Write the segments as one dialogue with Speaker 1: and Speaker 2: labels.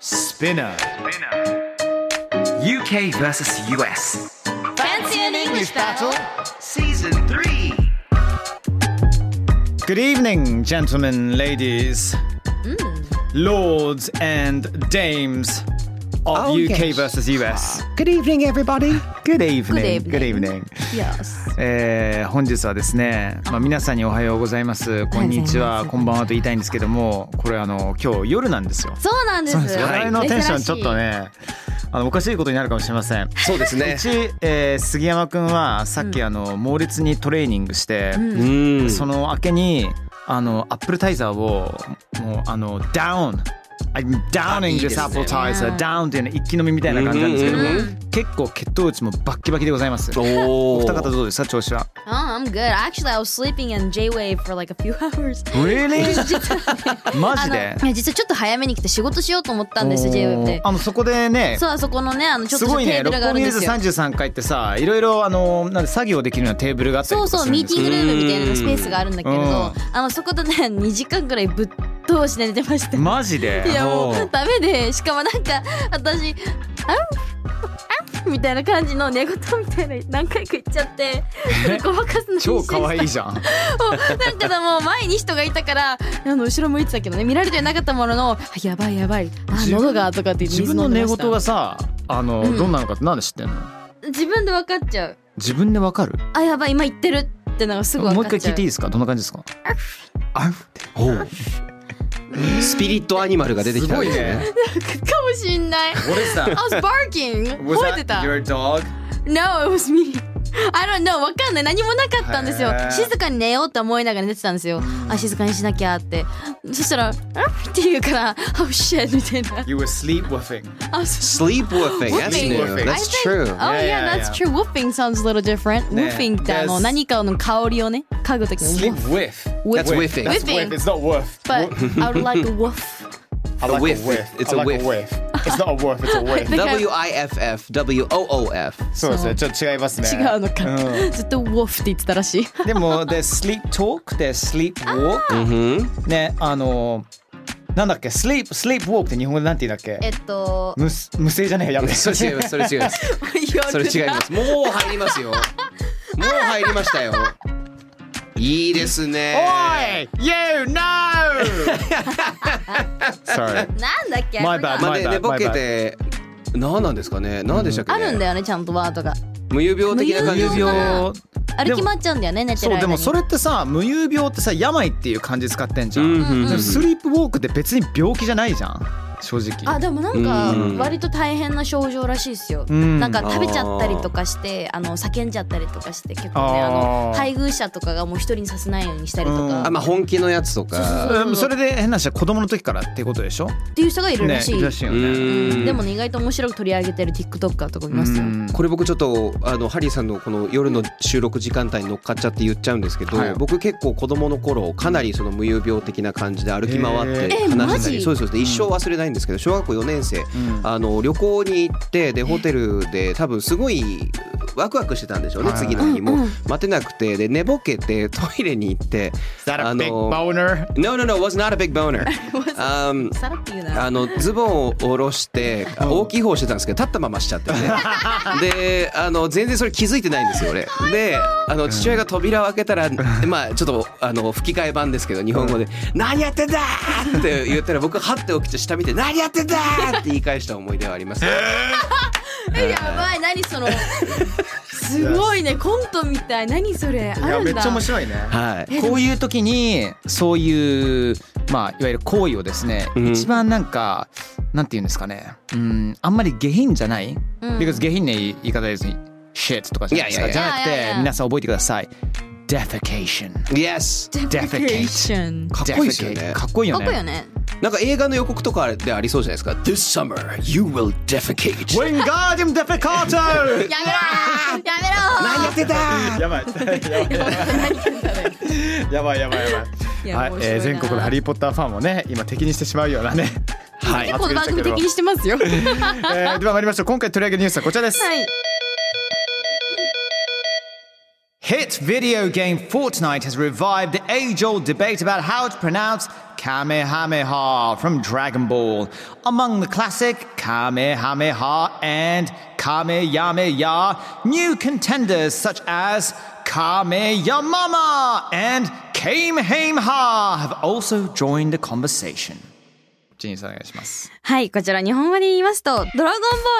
Speaker 1: Spinner.
Speaker 2: UK versus US.
Speaker 3: Fancy an English battle?
Speaker 2: Season 3.
Speaker 1: Good evening, gentlemen, ladies, lords, and dames of
Speaker 4: Oh,
Speaker 1: UK
Speaker 4: yes.
Speaker 1: versus US.
Speaker 4: Good evening, everybody.
Speaker 1: Good evening.
Speaker 3: evening.
Speaker 1: Good evening.
Speaker 3: Yes.
Speaker 1: えー本日はですね、まあ、皆さんにおはようございますこんにち
Speaker 5: おはようございま
Speaker 1: は
Speaker 5: す
Speaker 1: こんばんはと言いたいんですけどもこれあの今日夜なんですよ
Speaker 3: そうなんです。
Speaker 1: 我々のテンションちょっと
Speaker 3: 珍しい。
Speaker 1: ねあのおかしいことになるかもしれません
Speaker 4: そうで す
Speaker 1: う。ち、えー杉山くんはさっきあの猛烈にトレーニングして、
Speaker 4: うん。
Speaker 1: その明けにあのアップルタイザーをもうあのダウン I'm
Speaker 4: あい
Speaker 1: downing
Speaker 4: いで
Speaker 1: this
Speaker 4: すね
Speaker 1: apple
Speaker 3: うん
Speaker 1: tizer down っていうの一気飲みみたいな感じなんですけども、
Speaker 3: うんうんう
Speaker 1: 結構血糖値もバッキバキでございます
Speaker 4: お
Speaker 1: お
Speaker 4: お。
Speaker 1: 二方どうですか調子 は
Speaker 3: Oh, I'm good. Actually, I was sleeping in J-Wave for like a few hours.
Speaker 1: Really?
Speaker 3: 実は
Speaker 1: マジで
Speaker 3: あの実はちょっと早めに来て仕事しようと思ったんですよ、J-Wave で
Speaker 1: おー。あのそこでね
Speaker 3: そう、あそこのね、あのちょっ
Speaker 1: す
Speaker 3: と
Speaker 1: ごい
Speaker 3: テ
Speaker 1: ね
Speaker 3: ーブ
Speaker 1: 六
Speaker 3: ルがあ
Speaker 1: 本
Speaker 3: る
Speaker 1: 木
Speaker 3: ん
Speaker 1: で
Speaker 3: ですよ。
Speaker 1: 33階ってさいろいろあのなんで作業できるようなテーブルがあったり
Speaker 3: そう
Speaker 1: とか
Speaker 3: そう
Speaker 1: するん
Speaker 3: ミ
Speaker 1: で
Speaker 3: ー
Speaker 1: す
Speaker 3: ティングルームみたいなスペースがあるんだけれど、
Speaker 1: うん
Speaker 3: あのそこでね2時間ぐらいぶっ通しで寝てました。
Speaker 1: マジで
Speaker 3: いやも
Speaker 1: おー
Speaker 3: うダメでしかもなんか私あんあんみたいな感じの寝言みたいな何回か言っちゃ ってそれごまかすのに
Speaker 1: 超可愛い
Speaker 3: し
Speaker 1: じゃん
Speaker 3: もうなんかでも前に人がいたからあの後ろ向いてたけどね見られてなかったもののあやばいやばいあ
Speaker 1: 自分
Speaker 3: 喉がとかって言って
Speaker 1: 自
Speaker 3: 水
Speaker 1: 分の
Speaker 3: 飲んで
Speaker 1: 寝
Speaker 3: ま
Speaker 1: 言
Speaker 3: した
Speaker 1: がさあの、
Speaker 3: うん
Speaker 1: どんなのかってなんで知ってんの
Speaker 3: 自分で分かっちゃう
Speaker 1: 自分でわかる
Speaker 3: あやばい今言ってるってのがすぐ分
Speaker 1: もう
Speaker 3: か
Speaker 1: 一
Speaker 3: っちゃう
Speaker 1: 回聞いていいですかどんな感じですかあ
Speaker 4: おう スピリットアニマルが出てきたわけですね。
Speaker 3: かもしん ない
Speaker 1: What is that?
Speaker 3: I was barking 吠えてた
Speaker 1: dog?
Speaker 3: No, it was me. I don't know. わかんない。何もなかったんですよ
Speaker 1: へー。
Speaker 3: 静かに寝ようって思いながら寝てたんですよ。あ、静かにしなきゃって。そしたら、んって言うから、Oh shit! みたいな。
Speaker 1: You were sleep woofing.
Speaker 3: I was-
Speaker 4: Sleep woofing.
Speaker 3: Whooping.
Speaker 4: That's new.
Speaker 1: Whooping.
Speaker 4: That's
Speaker 3: I think-
Speaker 4: true.
Speaker 3: Oh
Speaker 1: Yeah,
Speaker 3: yeah,
Speaker 1: yeah,
Speaker 3: that's
Speaker 1: yeah.
Speaker 3: true. Woofing sounds a little different.
Speaker 1: ね
Speaker 3: Woofing ってあ
Speaker 1: There's-
Speaker 3: の何かの香りをね、嗅ぐときに。
Speaker 1: whiff.
Speaker 3: Woof.
Speaker 4: That's whiffing.
Speaker 3: That's Whiffing. whiff. It's
Speaker 1: not woof.
Speaker 3: But I would like a woof.
Speaker 1: I
Speaker 4: like a whiff. whiff. It's I a like a whiff.
Speaker 1: It's not a whiff, it's a whiff.
Speaker 4: W I F F W O O F.
Speaker 1: そうですね。ちょっと違いますね。
Speaker 3: 違うのか。ずっと woof って言ってたらしい。
Speaker 1: でも、で、sleep talk で sleep walk。ね、あの、なんだっけ、sleep、sleep walk って日本語でなんて言うんだっ
Speaker 3: え
Speaker 1: け
Speaker 3: っと、
Speaker 1: 無す無声じゃねえやべえ。
Speaker 4: それ違います。それ違 います。 それ違います。もう入りますよ。もう入りましたよ。いいですね。
Speaker 1: おい !You know! Sorry.
Speaker 3: なんだっけ
Speaker 1: My bad.
Speaker 4: まあ
Speaker 1: My
Speaker 4: ね
Speaker 1: bad.
Speaker 4: 寝ぼけて。何なんですかね。何でしたっけ
Speaker 3: あ
Speaker 4: ね。
Speaker 3: るんだよね、ちゃんとワードが。
Speaker 4: 無遊病的な感じです
Speaker 3: 無遊病
Speaker 4: ね。
Speaker 1: 病
Speaker 3: 歩き回っちゃうんだよね、寝てる間
Speaker 1: そ
Speaker 3: に
Speaker 1: うでもそれってさ無遊病ってさ病っていう漢字使ってんじゃん、でもスリープウォークって別に病気じゃないじゃん正直
Speaker 3: あでもなんか
Speaker 4: うん
Speaker 3: 割と大変な症状らしいですよ、
Speaker 1: うん
Speaker 3: なんか食べちゃったりとかしてあの叫んじゃったりとかして結構ねあ
Speaker 1: あ
Speaker 3: の
Speaker 1: ー
Speaker 3: 配偶者とかがもう一人にさせないようにしたりとか、
Speaker 4: あまあ本気のやつとか。
Speaker 1: うんそれで変な話は子供の時からってことでしょ
Speaker 3: っていう人がいるら
Speaker 1: ね
Speaker 3: しい,、
Speaker 1: いるらしいよ
Speaker 4: う
Speaker 1: ね
Speaker 4: ーん
Speaker 3: でもね意外と面白く取り上げてる TikToker とかいますよ、
Speaker 1: うん
Speaker 4: これ僕ちょっとあのハリーさんのこの夜の収録時間帯に乗っかっちゃって言っちゃうんですけど、
Speaker 1: はい
Speaker 4: 僕結構子供の頃かなりその無遊病的な感じで歩き回っ
Speaker 1: へ
Speaker 4: て
Speaker 3: ーえマ
Speaker 4: 話したり、
Speaker 3: ジ
Speaker 4: そうですそうです一生忘れないんですけど小学校4年生、
Speaker 1: ん
Speaker 4: あの旅行に行ってでホテルで多分すごいワクワクしてたんでしょうね
Speaker 1: はい
Speaker 4: 次の日も待てなくてで寝ぼけてトイレに行ってあの
Speaker 1: boner?
Speaker 4: No no no it was not a big boner um,
Speaker 3: さらって言うな
Speaker 4: あのズボンを下ろして大きい方してたんですけど立ったまましちゃってねであの全然それ気づいてないんですよ俺であの父親が扉を開けたらまあちょっとあの吹き替え版ですけど日本語で「何やってんだ!」って言ったら僕はって起きて下見て「何やってんだ!」って言い返した思い出はあります
Speaker 3: えやばい何そのすごいねコントみたい何それ
Speaker 1: い
Speaker 3: あ
Speaker 1: や
Speaker 3: る
Speaker 1: め
Speaker 3: ん
Speaker 1: っ
Speaker 3: だ
Speaker 1: ちゃ面白いね
Speaker 4: はい
Speaker 1: こういう時にそういうまあいわゆる行為をですね、
Speaker 4: うん
Speaker 1: 一番なんかなんて言うんですかねうんあんまり下品じゃない、
Speaker 3: うん
Speaker 1: because 下品な言い方です shit とかじゃないですか
Speaker 4: い
Speaker 1: じ
Speaker 4: や
Speaker 1: ゃなく
Speaker 3: いやいやいやいやい
Speaker 1: て
Speaker 3: や
Speaker 1: 皆さん覚えてください defecation
Speaker 4: Yes
Speaker 5: ン
Speaker 4: かっこいいですよね
Speaker 1: defecate かっこいいよ
Speaker 3: かっこいいよ
Speaker 1: ね
Speaker 3: ね
Speaker 4: なんか映画の予告とかでありそうじゃないですか This summer you will defecate
Speaker 1: Wingardium defecata
Speaker 3: や めろや
Speaker 4: 何やってた
Speaker 1: やばいやばいやばいやばい
Speaker 3: いや
Speaker 1: はい
Speaker 3: 面白い
Speaker 1: えー
Speaker 3: な
Speaker 1: 全国のハリー・ポッターファンをね今敵にしてしまうよう なね
Speaker 4: は
Speaker 3: め
Speaker 4: い
Speaker 3: ろこの番組的にしてます よは
Speaker 1: えーでは参りましょう今回取り上げるニュースはこちらです
Speaker 3: い
Speaker 1: Hit video game Fortnite has revived the age old debate about how to pronounce Kamehameha from Dragon Ball. Among the classic Kamehameha and Kameyameya, new contenders such as Kameyamama and Kamehameha have also joined the conversation. ジニーさんお願いします。
Speaker 3: はい、こちら日本語で言いますと、ドラゴンボ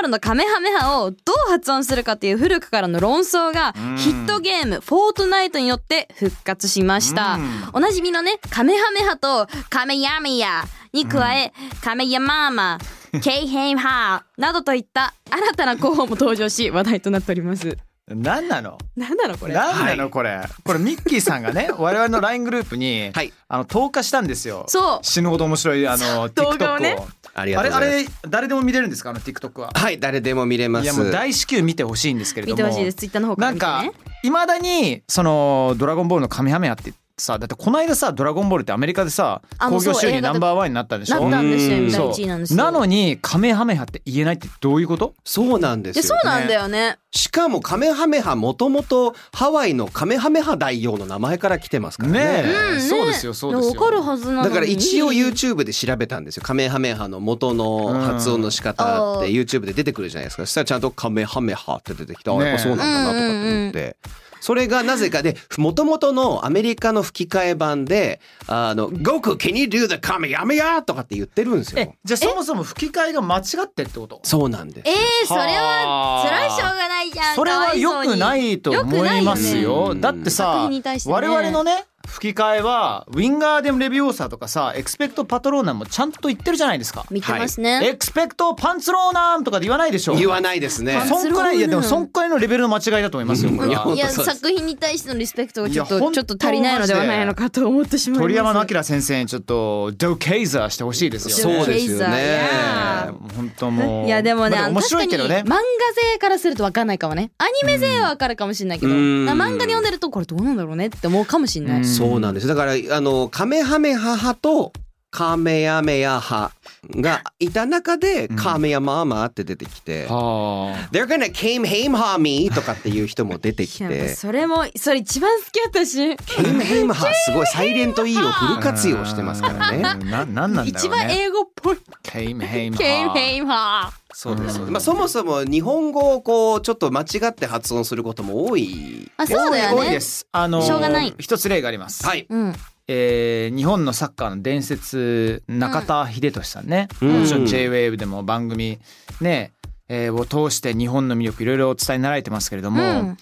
Speaker 3: ールのカメハメハをどう発音するかという古くからの論争が、ヒットゲーム、フォートナイトによって復活しました。おなじみのね、カメハメハとカメヤメヤに加え、カメヤマーマ、ケイヘイハーなどといった新たな候補も登場し、話題となっております。
Speaker 1: 何なの
Speaker 3: なんだろうこれ。
Speaker 1: 何なのこれ、これミッキーさん がね我々の LINE グループに、
Speaker 4: はい
Speaker 1: あの投下したんですよ
Speaker 3: そう
Speaker 1: 死ぬほど面白いあの TikTok
Speaker 3: 動
Speaker 1: を
Speaker 3: 画をね
Speaker 4: あ
Speaker 1: あ
Speaker 4: り
Speaker 1: れ
Speaker 4: がとうご
Speaker 1: あ
Speaker 4: ざいます
Speaker 1: れ誰でも見れるんですかあの TikTok は
Speaker 4: はい誰でも見れま
Speaker 1: いや
Speaker 4: す
Speaker 1: もう大至急見てほしいんですけれども
Speaker 3: 見てほしいです Twitter の方から見てね
Speaker 1: なんかいまだにその「ドラゴンボール」のカメハメハってさだってこの間さ「ドラゴンボール」ってアメリカでさ
Speaker 3: あも
Speaker 1: 興
Speaker 3: うそう
Speaker 1: 行収入
Speaker 3: 映画
Speaker 1: ナ
Speaker 3: で
Speaker 1: ンバーワンになったんでし
Speaker 3: な
Speaker 1: ょ
Speaker 3: ったんですよ、
Speaker 4: うん
Speaker 3: 第
Speaker 1: そ
Speaker 3: 一位なんです
Speaker 1: う
Speaker 3: よ。
Speaker 1: なのにカメハメハって言えないってどういうこと
Speaker 4: そうなんで
Speaker 3: いや、
Speaker 4: す
Speaker 3: そ
Speaker 4: よ
Speaker 3: うなんだよね。
Speaker 4: しかもカメハメハもともとハワイのカメハメハ大王の名前から来てますからね
Speaker 1: ねえ
Speaker 3: うんね
Speaker 1: そうですよそうですよ
Speaker 3: わかるはずなのに。
Speaker 4: だから一応 YouTube で調べたんですよカメハメハの元の発音の仕方って YouTube で出てくるじゃないですかそしたらちゃんとカメハメハって出てきてあ
Speaker 1: ねえ
Speaker 4: やっぱそうなんだなとかって思って。それがなぜかで、もともとのアメリカの吹き替え版で、あの、ゴク、can you do the カメヤメヤとかって言ってるんです
Speaker 1: え
Speaker 4: よ。
Speaker 1: じゃあそもそも吹き替えが間違ってってこと
Speaker 4: そうなんです
Speaker 3: え。ー、それ
Speaker 1: は
Speaker 3: は
Speaker 1: あ、
Speaker 3: それはしょうがないじゃん。
Speaker 1: それ
Speaker 3: かわ
Speaker 1: はい良
Speaker 3: そうに
Speaker 1: くないと思いますよ。
Speaker 4: 良くないよね
Speaker 1: だって
Speaker 3: 作
Speaker 1: さ
Speaker 3: 品に対してね
Speaker 1: 我々のね吹き替えはウィンガーデムレビオーサーとかさエクスペクトパトローナムもちゃんと言ってるじゃないですか。
Speaker 3: 見てますね。
Speaker 1: エクスペクトパンツローナムとかで言わないでしょ。
Speaker 4: 言わないですね。
Speaker 1: そんくらいいやでもそんくらいのレベルの間違いだと思いますよ。これ
Speaker 4: いや
Speaker 1: は
Speaker 4: 本当
Speaker 3: いや
Speaker 4: そうです
Speaker 3: 作品に対してのリスペクトがちょっ
Speaker 1: い
Speaker 3: と
Speaker 1: や本
Speaker 3: ち
Speaker 1: 当
Speaker 3: ょっと足りないのではないのかと思ってしまいます。
Speaker 1: 鳥山明先生にちょっとドケイザーしてほしいですよね。
Speaker 4: そうですよ
Speaker 3: い
Speaker 4: ね
Speaker 3: や。
Speaker 1: 本当もう。
Speaker 3: いやでもね、
Speaker 1: まあ面白いけどね
Speaker 3: 確か。に漫画勢からするとわかんないかもね。アニメ勢はわかるかもしれないけど、
Speaker 4: うん
Speaker 3: な漫画で読んでるとこれどうなんだろうねって思うかもしれない。
Speaker 4: そうなんです。だから、あの、カメハメハハと、カメヤメヤハがいた中で、カメヤマーマーって出てきて、
Speaker 1: はあ。
Speaker 4: They're gonna came hame ha me とかっていう人も出てき
Speaker 3: いや
Speaker 4: て、
Speaker 3: それもそれ一番好き私。
Speaker 4: came hame ha すごいサイレント E をフル活用してますからね。
Speaker 1: うん。ななんなんだろ
Speaker 3: 一
Speaker 1: うね。
Speaker 3: 番英語っぽい。
Speaker 1: ケイムヘイムハー
Speaker 3: ケイヘイハー。
Speaker 4: そうです。まあそもそも日本語をこうちょっと間違って発音することも多い。
Speaker 3: あそうだよ
Speaker 1: 多い
Speaker 3: ね
Speaker 1: で。す。あのー
Speaker 3: しょうがない
Speaker 1: 一つ例があります。
Speaker 4: はい。
Speaker 3: うん。
Speaker 1: えー日本のサッカーの伝説中田英寿さんね。
Speaker 4: うん
Speaker 1: もちろん J-Wave でも番組ね、えーを通して日本の魅力いろいろお伝えになられてますけれども、
Speaker 3: うん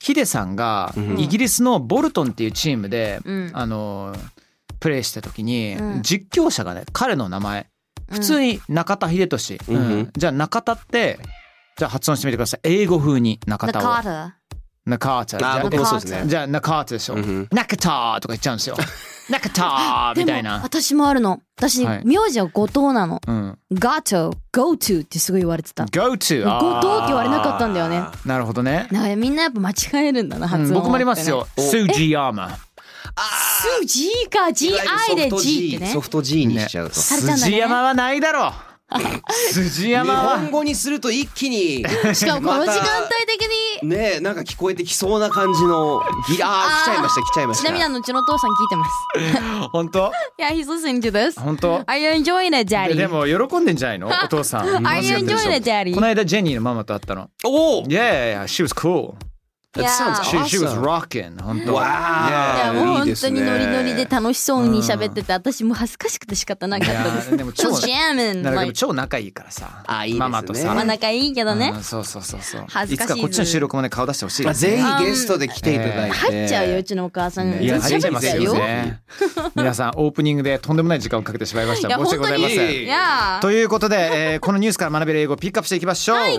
Speaker 1: ヒデさんが
Speaker 4: うん
Speaker 1: イギリスのボルトンっていうチームで、
Speaker 3: うん
Speaker 1: あのープレーした時に、
Speaker 3: うん
Speaker 1: 実況者がね彼の名前普通に中田英寿、
Speaker 4: うん
Speaker 1: うんじゃあ中田ってじゃあ発音してみてください英語風に中田を
Speaker 3: 中田。
Speaker 1: 中田じゃ
Speaker 4: あ
Speaker 1: あ
Speaker 4: 僕もそうですね。
Speaker 1: じゃあ、ナカートでしょ。
Speaker 4: うんうん
Speaker 1: ナカターとか言っちゃう んですよ。ナカターみたい
Speaker 3: でも
Speaker 1: な。
Speaker 3: 私もあるの。私、
Speaker 1: はい
Speaker 3: 名字は後藤なの。
Speaker 1: うん。
Speaker 3: ガトー、ゴートゥーってすごい言われてた。
Speaker 1: go to. あー
Speaker 3: 後藤って言われなかったんだよね。
Speaker 1: なるほどね。
Speaker 3: だからみんなやっぱ間違えるんだな、
Speaker 1: う
Speaker 3: 発音、
Speaker 1: ん、僕もありますよ。。スージアーマ。
Speaker 3: ス G か GI で G ってね
Speaker 4: ソ。フト G にしちゃうと。
Speaker 3: されちゃう
Speaker 1: ス
Speaker 3: んだね
Speaker 1: ジヤマはないだろ う。スジヤ
Speaker 4: 日
Speaker 1: マ
Speaker 4: 本
Speaker 1: は。
Speaker 4: 語にすると一気に
Speaker 3: しかもこの時間
Speaker 4: また
Speaker 3: 帯的に。
Speaker 4: ねえなんか聞こえてきそうな感じのギあー来ちゃいました来ちゃいまし
Speaker 3: ち
Speaker 4: た
Speaker 3: なみにあのうちのお父さん聞いてます。
Speaker 1: 本当
Speaker 3: yeah, he's listening to this.
Speaker 1: 本当
Speaker 3: Are you enjoying it,
Speaker 1: で
Speaker 3: daddy?
Speaker 1: でも、喜んでんじゃないのお父さん。
Speaker 3: Are you
Speaker 1: 楽しか
Speaker 3: enjoying
Speaker 1: ったで
Speaker 3: it,
Speaker 1: しょ
Speaker 3: daddy?
Speaker 1: この間、ジェニーのママと会ったの。
Speaker 4: おお
Speaker 1: Yeah, yeah, yeah. She was cool.
Speaker 4: That sounds
Speaker 3: Yeah.
Speaker 1: She, she was
Speaker 4: awesome
Speaker 1: rocking. 本
Speaker 3: いやも
Speaker 1: 当。
Speaker 3: う
Speaker 4: わーいい
Speaker 3: 本
Speaker 4: です
Speaker 3: 当
Speaker 4: ね
Speaker 3: にノリノリで楽しそうに喋ってて、私もう恥ずかしくて仕方ないかった
Speaker 1: や
Speaker 3: です。
Speaker 1: ーでも
Speaker 3: ちょ
Speaker 1: 超
Speaker 3: っとジャー
Speaker 1: なんかで
Speaker 3: メ
Speaker 1: も
Speaker 3: ン。
Speaker 1: 超仲いいからさ。
Speaker 4: あいいですね
Speaker 1: ママとさ。
Speaker 3: まあ仲いいけどね
Speaker 1: う。んそうそうそうそう
Speaker 3: 恥ずかしい
Speaker 1: つかこっちの収録もね顔出してほしい
Speaker 4: ま
Speaker 1: で
Speaker 4: あ
Speaker 1: すね
Speaker 4: ぜひゲストで来ていただいて
Speaker 3: 入っちゃうよ、うちのお母さん。
Speaker 1: いや
Speaker 3: 全然
Speaker 1: 入っちゃいますよ
Speaker 3: い
Speaker 1: ね皆さんオープニングでとんでもない時間をかけてしまいました
Speaker 3: や、
Speaker 1: 申し訳
Speaker 3: 本
Speaker 1: ござ
Speaker 3: 当
Speaker 1: い
Speaker 3: に。
Speaker 1: ま
Speaker 3: い
Speaker 1: せん
Speaker 3: やー。
Speaker 1: ということで、えーこのニュースから学べる英語をピックアップしていきましょう、
Speaker 4: はい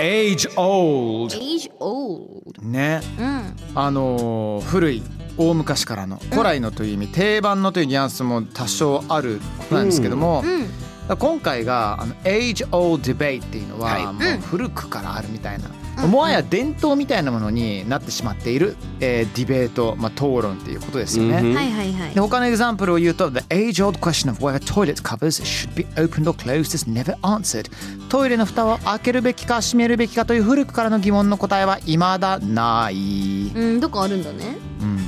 Speaker 1: age old
Speaker 3: Age old
Speaker 1: ね、
Speaker 3: うん
Speaker 1: あのー古い大昔からの古来のという意味、定番のというニュアンスも多少あるなんですけども、
Speaker 3: うん
Speaker 1: 今回があの Age Old Debate っていうのは、
Speaker 4: はい
Speaker 1: もう古くからあるみたいな、もはや伝統みたいなものになってしまっている、えーディベート、まあ、討論っていうことですよね。
Speaker 4: うん
Speaker 3: はいはいはい
Speaker 1: で他のエグザンプルを言うと The age old question of whether toilet covers should be opened or closed is never answered トイレの蓋を開けるべきか閉めるべきかという古くからの疑問の答えは未だない、
Speaker 3: うんどこあるんだね
Speaker 1: うん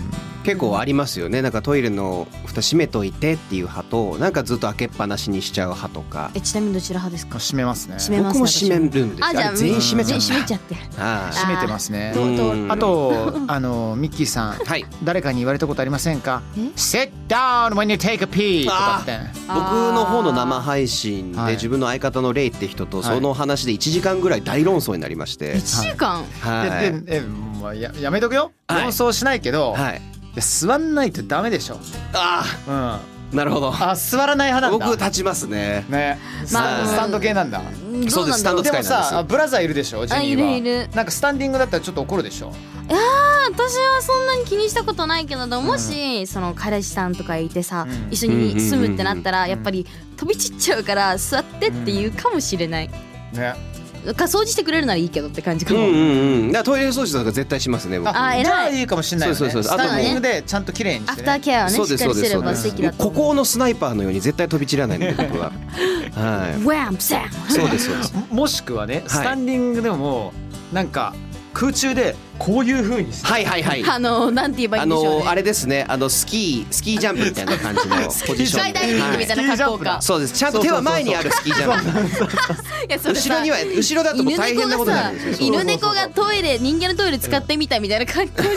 Speaker 4: 結構ありますよねなんかトイレの蓋閉めといてっていう派となんかずっと開けっぱなしにしちゃう派とか
Speaker 3: えちなみにどちら派ですか
Speaker 1: 閉めますね
Speaker 3: 閉めます
Speaker 4: 僕も閉めるんですよ
Speaker 3: あじゃあ
Speaker 4: あれ全員閉めちゃっ
Speaker 3: 全員閉めちゃって
Speaker 4: たあ
Speaker 1: 閉めてますね
Speaker 4: あうん
Speaker 1: あとあのミッキーさん
Speaker 4: ーはい
Speaker 1: 誰かに言われたことありませんか
Speaker 3: え
Speaker 1: ?Sit down when you take a pee! とかって。
Speaker 4: 僕の方の生配信
Speaker 1: はい
Speaker 4: で自分の相方のレイって人と
Speaker 1: はい
Speaker 4: その話で1時間ぐらい大論争になりまして、
Speaker 3: 一週間
Speaker 4: はい
Speaker 1: ででえまあややめとくよ
Speaker 4: はい
Speaker 1: 論争しないけど、
Speaker 4: は
Speaker 1: い
Speaker 4: い、
Speaker 1: や座んないとダメでしょ、
Speaker 4: あ
Speaker 1: うん、あ
Speaker 4: あなるほど
Speaker 1: 座らない派
Speaker 4: 僕
Speaker 1: なんだ
Speaker 4: 立ちますね
Speaker 1: ね、
Speaker 4: ま
Speaker 1: スタ
Speaker 4: あ
Speaker 1: ンスタンド系なんだ
Speaker 3: うん
Speaker 4: そうですスタンド
Speaker 1: で
Speaker 4: 使
Speaker 1: も
Speaker 4: いなんです
Speaker 1: さ
Speaker 4: よ
Speaker 1: ブラザーいるでしょジ
Speaker 3: あ
Speaker 1: ニ
Speaker 3: い
Speaker 1: ーは
Speaker 3: るいる
Speaker 1: なんかスタンディングだったらちょっと怒るでしょ
Speaker 3: 私はそんなに気にしたことないけれどもしその彼氏さんとかいてさ
Speaker 1: うん
Speaker 3: 一緒に住むってなったらやっぱり飛び散っちゃうから座ってっていうかもしれない
Speaker 1: ね
Speaker 3: か掃除してくれるならいいけどって感じか
Speaker 4: うん
Speaker 3: も
Speaker 4: うんうんだからトイレ掃除とか絶対しますね僕
Speaker 3: あ偉い
Speaker 1: じゃあいいかもしれないよね
Speaker 4: そうそうそう
Speaker 1: ス
Speaker 4: あとね
Speaker 1: タンディングでちゃんと綺麗に
Speaker 3: ア
Speaker 1: して、
Speaker 3: フター
Speaker 1: ね、
Speaker 3: ケアをね
Speaker 4: そう
Speaker 3: し
Speaker 4: で
Speaker 3: っ
Speaker 4: す
Speaker 3: かり
Speaker 4: そ
Speaker 3: す
Speaker 4: うです
Speaker 3: れ
Speaker 4: そう
Speaker 3: ば
Speaker 4: で
Speaker 3: 素
Speaker 4: す
Speaker 3: 敵だと
Speaker 4: 孤
Speaker 3: 思う
Speaker 4: 高のスナイパーのように絶対飛び散らないんで僕 はは
Speaker 3: ワンセン
Speaker 4: いそうですそうです
Speaker 1: もしくはねスタンディングでもなんか空中でこういう風に して
Speaker 4: はいはいはい
Speaker 3: あのなんて言えばいい
Speaker 4: あ
Speaker 3: んでしょう
Speaker 4: のあ
Speaker 3: ね
Speaker 4: れですねあのスキースキージャンプみたいな感じのポジシ
Speaker 3: ス
Speaker 4: ョ
Speaker 3: カ
Speaker 4: ン
Speaker 3: イ
Speaker 4: で
Speaker 3: ダイビングみたいな格好
Speaker 1: は
Speaker 3: か
Speaker 1: い
Speaker 4: そうですちゃんと手は前にあるスキージャンプ
Speaker 3: いやそれさ
Speaker 4: 後ろには後ろだともう
Speaker 3: 犬
Speaker 4: 大変な
Speaker 3: 猫
Speaker 4: こと
Speaker 3: が
Speaker 4: にな
Speaker 3: さ
Speaker 4: るんです
Speaker 1: そう
Speaker 4: よ
Speaker 1: そうそう
Speaker 3: 犬猫がトイレ人間のトイレ使ってみたみたいな格好じゃん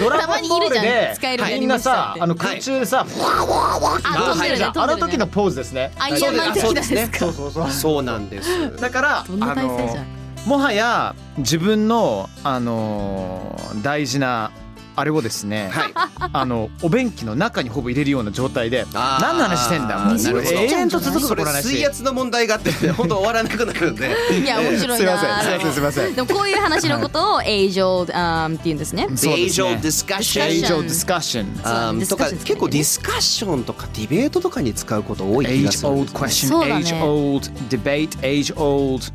Speaker 1: ドラ
Speaker 3: たま
Speaker 1: ゴン
Speaker 3: にい
Speaker 1: ボー
Speaker 3: る
Speaker 1: ル
Speaker 3: じゃん
Speaker 1: で
Speaker 3: 使えるように
Speaker 1: みん
Speaker 3: なりまし
Speaker 1: な
Speaker 3: た
Speaker 1: さ
Speaker 3: って
Speaker 1: あの空中でさ、あ
Speaker 3: あ飛んでるね飛んでるね
Speaker 1: あの時のポーズですね。
Speaker 3: アイアンマン的なですか
Speaker 1: そうそうそう。
Speaker 4: そうなんです
Speaker 1: だから
Speaker 3: どんな
Speaker 1: あ
Speaker 3: 体勢じゃ
Speaker 1: の
Speaker 3: ん
Speaker 1: もはや自分のあのー大事なあれをですね、
Speaker 4: はい
Speaker 1: あのお便器の中にほぼ入れるような状態で
Speaker 4: あ ー
Speaker 1: 何の話してんだもう
Speaker 4: なるほど
Speaker 1: 永遠と続く
Speaker 4: そ
Speaker 1: こ
Speaker 4: れ
Speaker 1: の話
Speaker 4: 水圧の問題があって本当終わらなくなるん で
Speaker 3: いや面白いなあ
Speaker 1: すいませんすいませんすいません
Speaker 3: でもこういう話のことを「エイジョー」あーって言うんですね
Speaker 1: そうですね
Speaker 4: Age of discussion
Speaker 1: エイジオディスカッション
Speaker 4: あー
Speaker 3: そう
Speaker 4: と
Speaker 3: デ
Speaker 4: か
Speaker 3: ィスカッションですね
Speaker 4: 結構ディスカッションとかディベートとかに使うこと多い気が
Speaker 1: Age
Speaker 4: するん
Speaker 1: old
Speaker 4: です
Speaker 3: そう
Speaker 1: question
Speaker 4: よね
Speaker 3: だね
Speaker 1: Age old debate Age old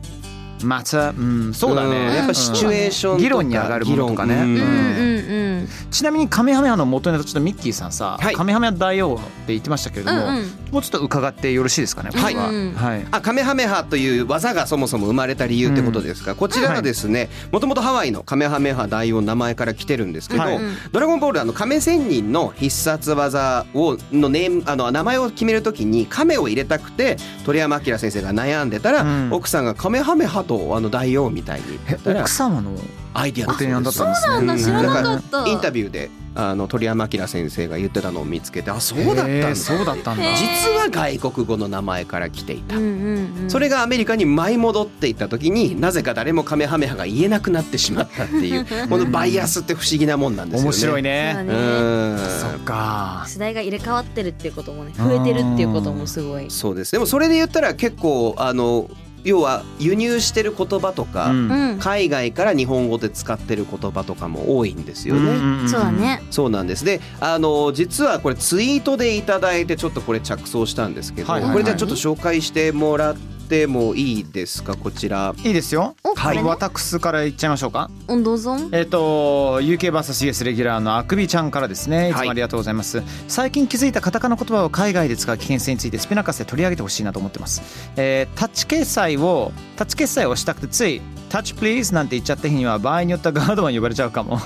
Speaker 1: matter うんそうだね
Speaker 4: んやっぱシチュエーションとか
Speaker 1: 議論に上がるものとかね
Speaker 4: 議論
Speaker 1: う
Speaker 3: うんうんん
Speaker 1: ちなみにカメハメハの元ネタちょっとミッキーさんさ、
Speaker 4: はい
Speaker 1: カメハメハ大王って言ってましたけれども、
Speaker 3: うんうん
Speaker 1: もうちょっと伺ってよろしいですかねここは、
Speaker 4: はい
Speaker 3: うん
Speaker 1: はい
Speaker 4: あカメハメハという技がそもそも生まれた理由ってことですが、こちらはですねもともとハワイのカメハメハ大王の名前から来てるんですけど、
Speaker 1: はい
Speaker 4: ドラゴンボールあの亀仙人の必殺技をのネームあの名前を決めるときに亀を入れたくて鳥山明先生が悩んでたら、
Speaker 1: うん
Speaker 4: 奥さんがカメハメハとあの大王みたいに言った
Speaker 1: え
Speaker 4: ら
Speaker 1: 奥様の
Speaker 4: アイディア
Speaker 1: ご
Speaker 4: だそう
Speaker 1: 提
Speaker 4: です
Speaker 3: そうなんだ
Speaker 1: 案だったんですね
Speaker 3: 知らなか
Speaker 4: だ
Speaker 3: っ
Speaker 4: からインタ
Speaker 3: た
Speaker 4: ビューであの鳥山明先生が言ってたのを見つけてあそうだったんだ、
Speaker 1: へーそうだったんだ
Speaker 3: へー
Speaker 4: 実は外国語の名前から来ていた
Speaker 3: うんうんうん
Speaker 4: それがアメリカに舞い戻っていった時になぜか誰もカメハメハが言えなくなってしまったっていうこのバイアスって不思議なもんなんですよね。
Speaker 1: 面白い
Speaker 3: そう
Speaker 1: ね
Speaker 4: う
Speaker 3: だね
Speaker 4: ん
Speaker 1: そっか
Speaker 3: 世代が入れ替わってるっていうこともね増えてるっていうこともすごい
Speaker 4: そうですでもそれで言ったら結構あの要は輸入してる言葉とか、
Speaker 1: うん
Speaker 3: うん
Speaker 4: 海外から日本語で使ってる言葉とかも多いんですよね。
Speaker 1: んん
Speaker 3: そうだ ね
Speaker 4: そうなんですであの実はこれツイートでいただいてちょっとこれ着想したんですけど、
Speaker 1: はいはいはい
Speaker 4: これじゃあちょっと紹介してもらってもいいですかこちら。
Speaker 1: いいですよ
Speaker 3: お
Speaker 1: はい
Speaker 3: これね
Speaker 1: 私からいっちゃいましょうか
Speaker 3: 温度ゾーン
Speaker 1: えっ、と UKVSCS レギュラーのあくびちゃんからですねいつ
Speaker 4: はい
Speaker 1: もありがとうございます、最近気づいたカタカナ言葉を海外で使う危険性についてスピナカスで取り上げてほしいなと思ってます、えータッチ決済をタッチ決済をしたくてついタッチプリーズなんて言っちゃった日には場合によってはガードマン呼ばれちゃう かも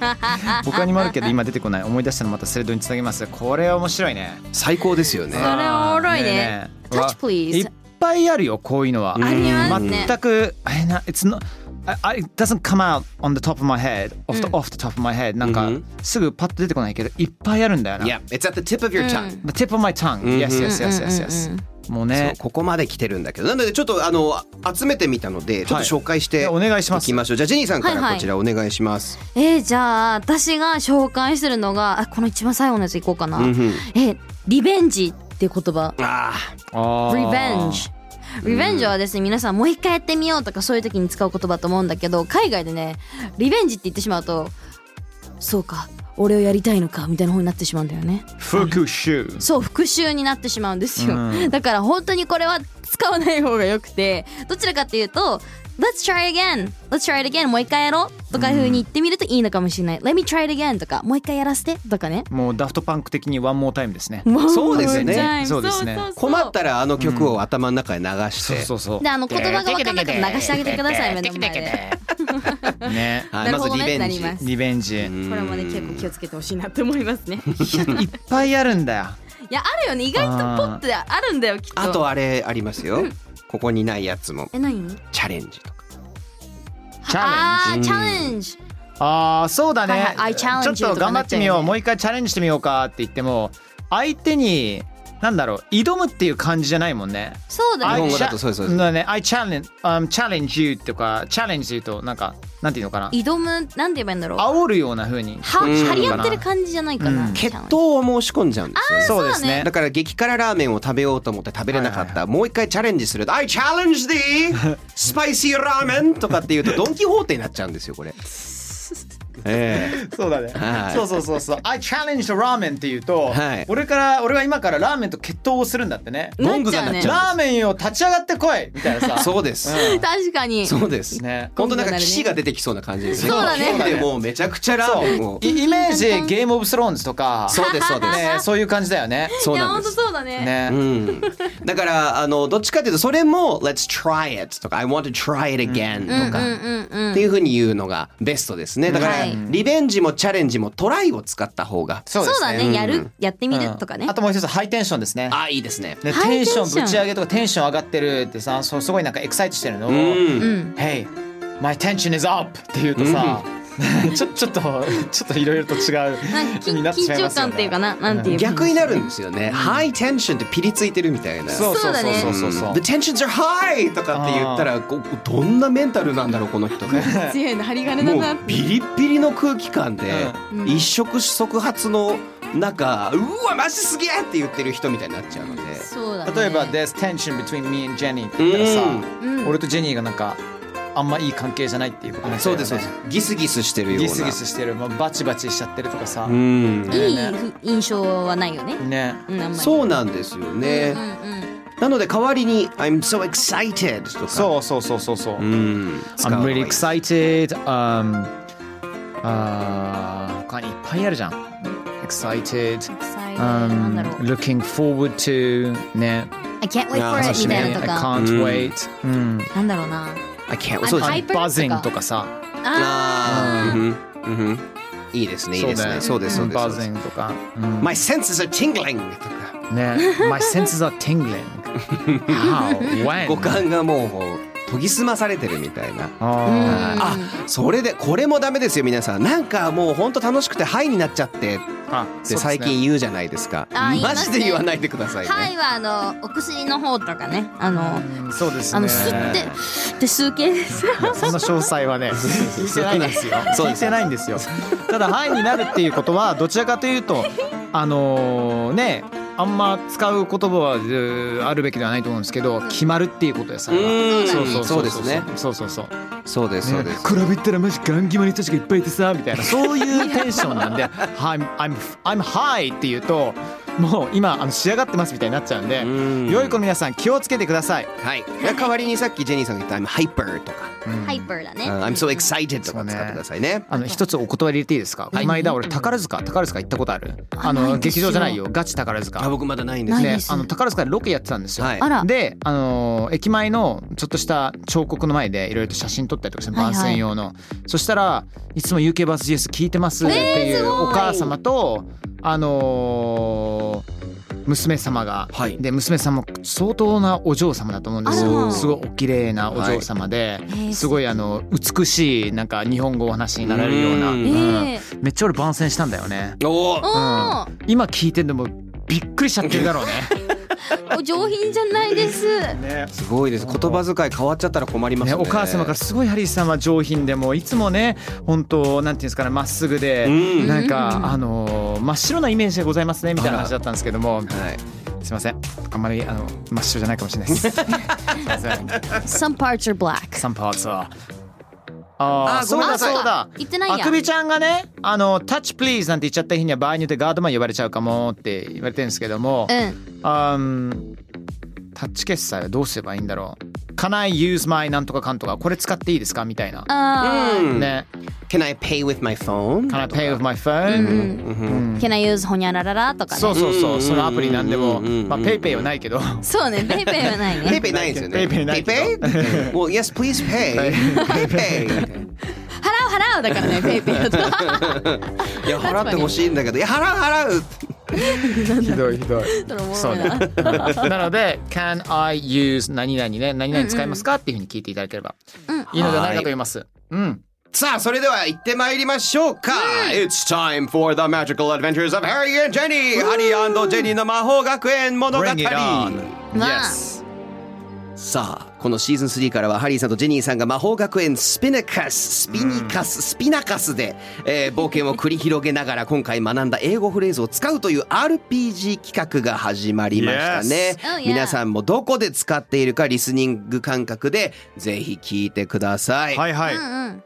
Speaker 1: 他にもあるけど今出てこない思い出したのまたスレッドにつなげますこれは面白いね
Speaker 4: 最高ですよね
Speaker 3: それはおもろいね
Speaker 1: ええ
Speaker 3: Touch please
Speaker 1: いっぱいあるよこういうのは
Speaker 3: ありますね
Speaker 1: 全くあれな it's not I- I- it doesn't come out on the top of my head off the,、
Speaker 3: うん
Speaker 1: off the top of my head なんか、
Speaker 4: うん
Speaker 1: すぐパッと出てこないけどいっぱいあるんだよな、
Speaker 4: Yeah, it's at the tip of your tongue、
Speaker 1: the tip of my tongue、
Speaker 4: うん
Speaker 1: yes yes yes yes yes、
Speaker 3: うんうん
Speaker 1: もう
Speaker 4: そう
Speaker 1: ね
Speaker 4: ここまで来てるんだけどなのでちょっとあの集めてみたのでちょっと紹介して、
Speaker 1: お願いしま
Speaker 4: い
Speaker 1: す
Speaker 4: きましょうじゃあジェニーさんか
Speaker 3: はいは
Speaker 4: ら
Speaker 3: い
Speaker 4: こちらお願いします、
Speaker 3: えー、じゃあ私が紹介してるのがあこの一番最後のやついこうかな、
Speaker 4: うんうん
Speaker 3: えリベンジっていう言葉
Speaker 4: あ
Speaker 1: あー
Speaker 3: revenge リベンジはですね皆さんもう一回やってみようとかそういう時に使う言葉と思うんだけど海外でねリベンジって言ってしまうとそうか俺をやりたいのかみたいな方になってしまうんだよね
Speaker 1: Fukushu.
Speaker 3: そう復讐になってしまうんですよ、だから本当にこれは使わない方がよくてどちらかっていうと Let's try again Let's try it again もう一回やろうとかいう風に言ってみるといいのかもしれない、Let me try it again とかもう一回やらせてとかね
Speaker 1: もうダフトパンク的にワンモータイムですね。
Speaker 4: そうですよね
Speaker 1: そうですね
Speaker 4: 困ったらあの曲を頭の中で流
Speaker 1: そ
Speaker 4: し
Speaker 1: う
Speaker 4: て、
Speaker 1: そうそう。
Speaker 3: であの言葉が分かんなかったら流してあげてください目の前で
Speaker 1: ね。
Speaker 4: は
Speaker 3: な
Speaker 4: い、まず
Speaker 3: るほど
Speaker 4: リ
Speaker 3: ね
Speaker 4: ベ
Speaker 3: な
Speaker 4: ン
Speaker 3: り
Speaker 4: ジ。
Speaker 3: ます
Speaker 1: リベンジ。
Speaker 3: こ
Speaker 1: い
Speaker 3: れもね結構気をつけてほしいなって思いますね
Speaker 1: っぱいあるんだよ。
Speaker 3: いやあるよね意外とポッてあるんだよきっと
Speaker 4: あとあれありますよ。ここにないやつも
Speaker 3: え何
Speaker 4: チャレンジとか。
Speaker 1: チャ
Speaker 3: あー
Speaker 1: レンジ。
Speaker 3: チャレンジ
Speaker 1: ああ、そう
Speaker 3: は
Speaker 1: だ
Speaker 3: いは
Speaker 1: ね
Speaker 3: い。I challenge
Speaker 1: ちょっ
Speaker 3: you と
Speaker 1: と
Speaker 3: かに
Speaker 1: 頑
Speaker 3: な
Speaker 1: 張
Speaker 3: っ
Speaker 1: っ
Speaker 3: ちゃ
Speaker 1: て
Speaker 3: うよね
Speaker 1: みよう。もう一回チャレンジしてみようかって言っても、相手に、なんだろう、挑むっていう感じじゃないもんね。
Speaker 3: そうだ
Speaker 4: 日
Speaker 3: ね
Speaker 4: 本語だとそうですそうです
Speaker 1: だね。I challenge, um, challenge you とか、チャレンジというと、なんか、なんていうのかな。
Speaker 3: 挑むなんて言えばいいんだろうは
Speaker 1: 煽るような風に。
Speaker 3: 張り合ってる感じじゃないかな
Speaker 1: うん
Speaker 4: 血糖を申し込んじゃうんですよね。
Speaker 1: そうですね
Speaker 4: だ。から激辛ラーメンを食べようと思って食べれなかった、もう一回チャレンジすると「I challenge thee! スパイシーラーメン!」とかって言うとドン・キホーテになっちゃうんですよ これ。え
Speaker 1: そうだね
Speaker 4: は。い
Speaker 1: そうそうそうそう。I challenge the ramen っていうと
Speaker 4: はい、
Speaker 1: 俺から、俺は今からラーメンと決闘をするんだってね。
Speaker 4: え文具がなっちゃ
Speaker 1: ラーメンよ立ち上がってこいみたいなさ。
Speaker 4: う。そうです。
Speaker 1: うん
Speaker 3: 確かに
Speaker 4: そうです。
Speaker 1: ね
Speaker 4: 本当なんか騎士が出てきそうな感じですね。
Speaker 3: そうだね
Speaker 4: 今日でもうめちゃくちゃラーメンを。
Speaker 1: イイメージゲームオブスローンズとか、
Speaker 4: そうですそうで す。
Speaker 1: ねそういう感じだよね。
Speaker 4: そう
Speaker 3: いや
Speaker 4: なん
Speaker 3: 本
Speaker 4: で
Speaker 3: 当
Speaker 4: す。
Speaker 3: そうだね
Speaker 1: ね。
Speaker 4: うん、だからあのどっちかというとそれも「Let's try it」とか「I want to try it again」とか、
Speaker 3: うんうん
Speaker 4: っていうふうに言うのがベストですねだから、
Speaker 3: はい
Speaker 4: リベンジもチャレンジもトライを使った方が
Speaker 1: そ
Speaker 3: そうだねや
Speaker 4: う
Speaker 3: る
Speaker 4: ん
Speaker 3: やってみるとかね
Speaker 1: うんあともう一つハイテンションですね。
Speaker 4: あいいですね
Speaker 1: ね
Speaker 3: ハイ
Speaker 1: テ
Speaker 3: テン
Speaker 1: ン
Speaker 3: シ
Speaker 1: シ
Speaker 3: ョ
Speaker 1: ョ
Speaker 3: ン
Speaker 1: ンぶち上げとかテンション上がってるってさ、そうすごいなんかエキサイトしてるのを、
Speaker 3: うん
Speaker 1: Hey, my tension is up って言うとさ、 ちょちょっとちょっといろいろと違う
Speaker 3: なんか
Speaker 1: 気
Speaker 3: 緊
Speaker 1: になってしまい
Speaker 3: 緊
Speaker 1: ま
Speaker 3: 張
Speaker 1: すよ
Speaker 3: 感っていうか
Speaker 1: ね。
Speaker 3: ななんていう
Speaker 4: 逆になるんですよね、ハイテンションってピリついてるみたいな
Speaker 1: そうそう
Speaker 3: そうだね
Speaker 1: そうそうそう。
Speaker 4: The tensions are high! とかって言ったらこうどんなメンタルなんだろうこの人ね
Speaker 3: 強いの針金
Speaker 4: も
Speaker 3: だ
Speaker 4: う
Speaker 3: なって
Speaker 4: ビリッビリの空気感で、
Speaker 3: うん
Speaker 4: 一触即発の中うわマジすげえって言ってる人みたいになっちゃうので
Speaker 3: そうだね
Speaker 1: 例えば There's tension between me and Jenny って言ったらさ、
Speaker 3: うん
Speaker 1: 俺とジェニーがなんかあんまいい関係じゃないっていうことになっちゃ
Speaker 4: そう
Speaker 1: よ
Speaker 4: で
Speaker 1: ね
Speaker 4: すそうですギスギスしてるよう
Speaker 1: ギ
Speaker 4: な
Speaker 1: スギスしてる、まあ、バチバチしちゃってるとかさ、
Speaker 4: うん
Speaker 3: いいふ印象はないよね
Speaker 1: ね。
Speaker 3: うんあんまり
Speaker 4: そうなんですよね、
Speaker 3: うんうん
Speaker 4: なので代わりに「I'm so excited」とか
Speaker 1: そうそうそうそうそう。
Speaker 4: う、ん、使う
Speaker 1: I'm
Speaker 4: のがい
Speaker 1: really
Speaker 4: い
Speaker 1: excited. Um, あー他にいっぱいあるじゃん。excited.
Speaker 3: 最後なん
Speaker 1: Um,
Speaker 3: だろう
Speaker 1: looking forward to ね。
Speaker 3: I can't wait
Speaker 4: あ
Speaker 3: for
Speaker 4: 楽
Speaker 3: it
Speaker 4: し
Speaker 3: み
Speaker 4: み
Speaker 3: たい
Speaker 1: ね
Speaker 3: なと
Speaker 1: I
Speaker 3: か
Speaker 1: can't
Speaker 4: うん
Speaker 1: wait. うん。
Speaker 3: なんだろうな
Speaker 4: I can't そうです
Speaker 3: はい Hyper
Speaker 4: ね
Speaker 3: とか
Speaker 1: buzzing とかさ。
Speaker 3: あ
Speaker 4: あーうんうんうんいいですねいいですねそうですそうですそうです
Speaker 1: buzzing とか。うん。
Speaker 4: My senses are tingling とか
Speaker 1: ね。My senses are tingling. How? When?
Speaker 4: 五感がもう研ぎ澄まされてるみたいな
Speaker 1: あ
Speaker 4: あそれでこれもダメですよ皆さんなんかもうほんと楽しくてハイになっちゃってっ
Speaker 1: ーあ。
Speaker 4: て
Speaker 1: そう
Speaker 4: 最
Speaker 1: ですね
Speaker 4: 近言うじゃないですか
Speaker 3: あ言いま
Speaker 4: マ
Speaker 3: すね
Speaker 4: ジで言わないでくださいね
Speaker 3: はいはあのお薬の方とかねあの
Speaker 1: うんそうですね。
Speaker 3: あの吸ってって数形ですよ
Speaker 1: そんな詳細はね、聞いてないんですよ。
Speaker 4: そ
Speaker 1: 聞
Speaker 4: うで
Speaker 1: い
Speaker 4: す
Speaker 1: てないんですよ。ただ、ハイになるっていうことは、どちらかというと、あのーね、あんま使う言葉はえーあるべきではないと思うんですけど、決まるっていうことです。それは
Speaker 4: うん
Speaker 1: そう
Speaker 4: そうですね
Speaker 1: そうそうそう。
Speaker 4: そうですそうです
Speaker 1: 比べたらマジガンギマに人たちがいっぱいいてさみたい なそういうテンションなんで「I'm I'm I'm high」って言うともう今あの仕上がってますみたいになっちゃうんで
Speaker 4: うん
Speaker 1: 良い子の皆さん気をつけてください。
Speaker 4: はい代わりにさっきジェニーさんが言った「I'm hyper」とか
Speaker 3: ハイパーだ
Speaker 4: 「
Speaker 3: ね
Speaker 4: I'm so excited」とか使ってくださいね
Speaker 1: あの一つお断り入れていいですか、この間俺宝塚宝塚行ったことあるあ
Speaker 3: ない
Speaker 1: の
Speaker 3: んです
Speaker 1: 劇
Speaker 3: よ
Speaker 1: 場じゃないよガチ宝塚
Speaker 4: あ僕まだないんです
Speaker 3: ない
Speaker 4: ね
Speaker 3: で
Speaker 1: ですあの宝塚でロケやってたんですよ、
Speaker 4: はい
Speaker 3: あら
Speaker 1: であのー駅前のちょっとした彫刻の前でいろいろと写真撮ったりとかして
Speaker 3: はいはい
Speaker 1: 番宣用の、そしたらいつも UK バス GS 聞いてますって
Speaker 3: えー
Speaker 1: い
Speaker 3: す
Speaker 1: う
Speaker 3: ごい
Speaker 1: お母様と、あのー娘様が、
Speaker 4: はい
Speaker 1: で娘さんも相当なお嬢様だと思うんで
Speaker 3: あ
Speaker 1: す
Speaker 3: ら
Speaker 1: よすごいお綺麗なお嬢様で、
Speaker 3: ー
Speaker 1: すごいあの美しいなんか日本語をお話しになられるような、
Speaker 4: うん
Speaker 1: うん
Speaker 3: ええ
Speaker 1: めっちゃ俺番宣したんだよね、
Speaker 4: おー
Speaker 3: おー
Speaker 1: 今聞いてんのもびっくりしちゃってるだろうね
Speaker 3: お上品じゃないです
Speaker 1: ね
Speaker 4: すごいです言葉遣い変わっちゃったら困ります
Speaker 1: ね、
Speaker 4: ね
Speaker 1: お母様からすごいハリーさんは上品でもういつもね本当なんていうんですかねまっすぐで、
Speaker 4: うん
Speaker 1: なんか、あのー真っ白なイメージでございますねみたいな話だったんですけども、
Speaker 4: はい
Speaker 1: すいませんあんまりあの真っ白じゃないかもしれないです すいません
Speaker 3: Some parts are black.
Speaker 1: Some parts are あ
Speaker 4: あ
Speaker 1: あ
Speaker 4: ー
Speaker 1: そうだ
Speaker 4: ごめんなさい
Speaker 1: そうだ
Speaker 3: 言ってないや
Speaker 1: あくびちゃんがねあの「タッチプリーズ」なんて言っちゃった日には場合によってガードマン呼ばれちゃうかもって言われてるんですけども、
Speaker 3: うん。
Speaker 1: あーうんタッチ決済はどうすればいいんだろう Can I use my なんとかかんとかこれ使っていいですかみたいな、
Speaker 3: あー
Speaker 1: ね
Speaker 4: Can I pay with my phone?
Speaker 1: Can I pay with my phone?、
Speaker 3: Can I use ほにゃらららとかね。
Speaker 1: そうそうそう、そのアプリなんでも、
Speaker 4: うんうんうんうん
Speaker 1: まあ、ペイペイはないけど、
Speaker 3: そうね、ペイペイはない
Speaker 4: ペ
Speaker 3: ね
Speaker 4: イ。ペイないんですよね。
Speaker 1: ペイペイないけど
Speaker 4: ペイペイ well, yes, please pay. ペイペ
Speaker 3: 払う払うだから ね、ペイペイだと。
Speaker 4: イ。いや、払ってほしいんだけど、いや、払う払う
Speaker 1: ひどいひどい。
Speaker 3: ちょっとおも
Speaker 1: そ
Speaker 3: ろ
Speaker 1: う
Speaker 3: い
Speaker 1: ね
Speaker 3: な。。
Speaker 1: なので、can I use 何々ね、何々使いますかっていうふうに聞いていただければいいのではないかと思います。うん。
Speaker 4: さあ、それでは行ってまいりましょうか。It's time for the magical adventures of Harry and Jenny! ハリージェニーの魔法学園物語
Speaker 1: Bring it on!
Speaker 3: まあ
Speaker 1: Yes!
Speaker 4: さあ、このシーズン3からはハリーさんとジェニーさんが魔法学園スピナカス、スピニカス、スピナカスで、えー冒険を繰り広げながら今回学んだ英語フレーズを使うという RPG 企画が始まりましたね
Speaker 3: Yes. Oh, yeah.。
Speaker 4: 皆さんもどこで使っているかリスニング感覚でぜひ聞いてください。はい。
Speaker 1: いは
Speaker 3: うんうん。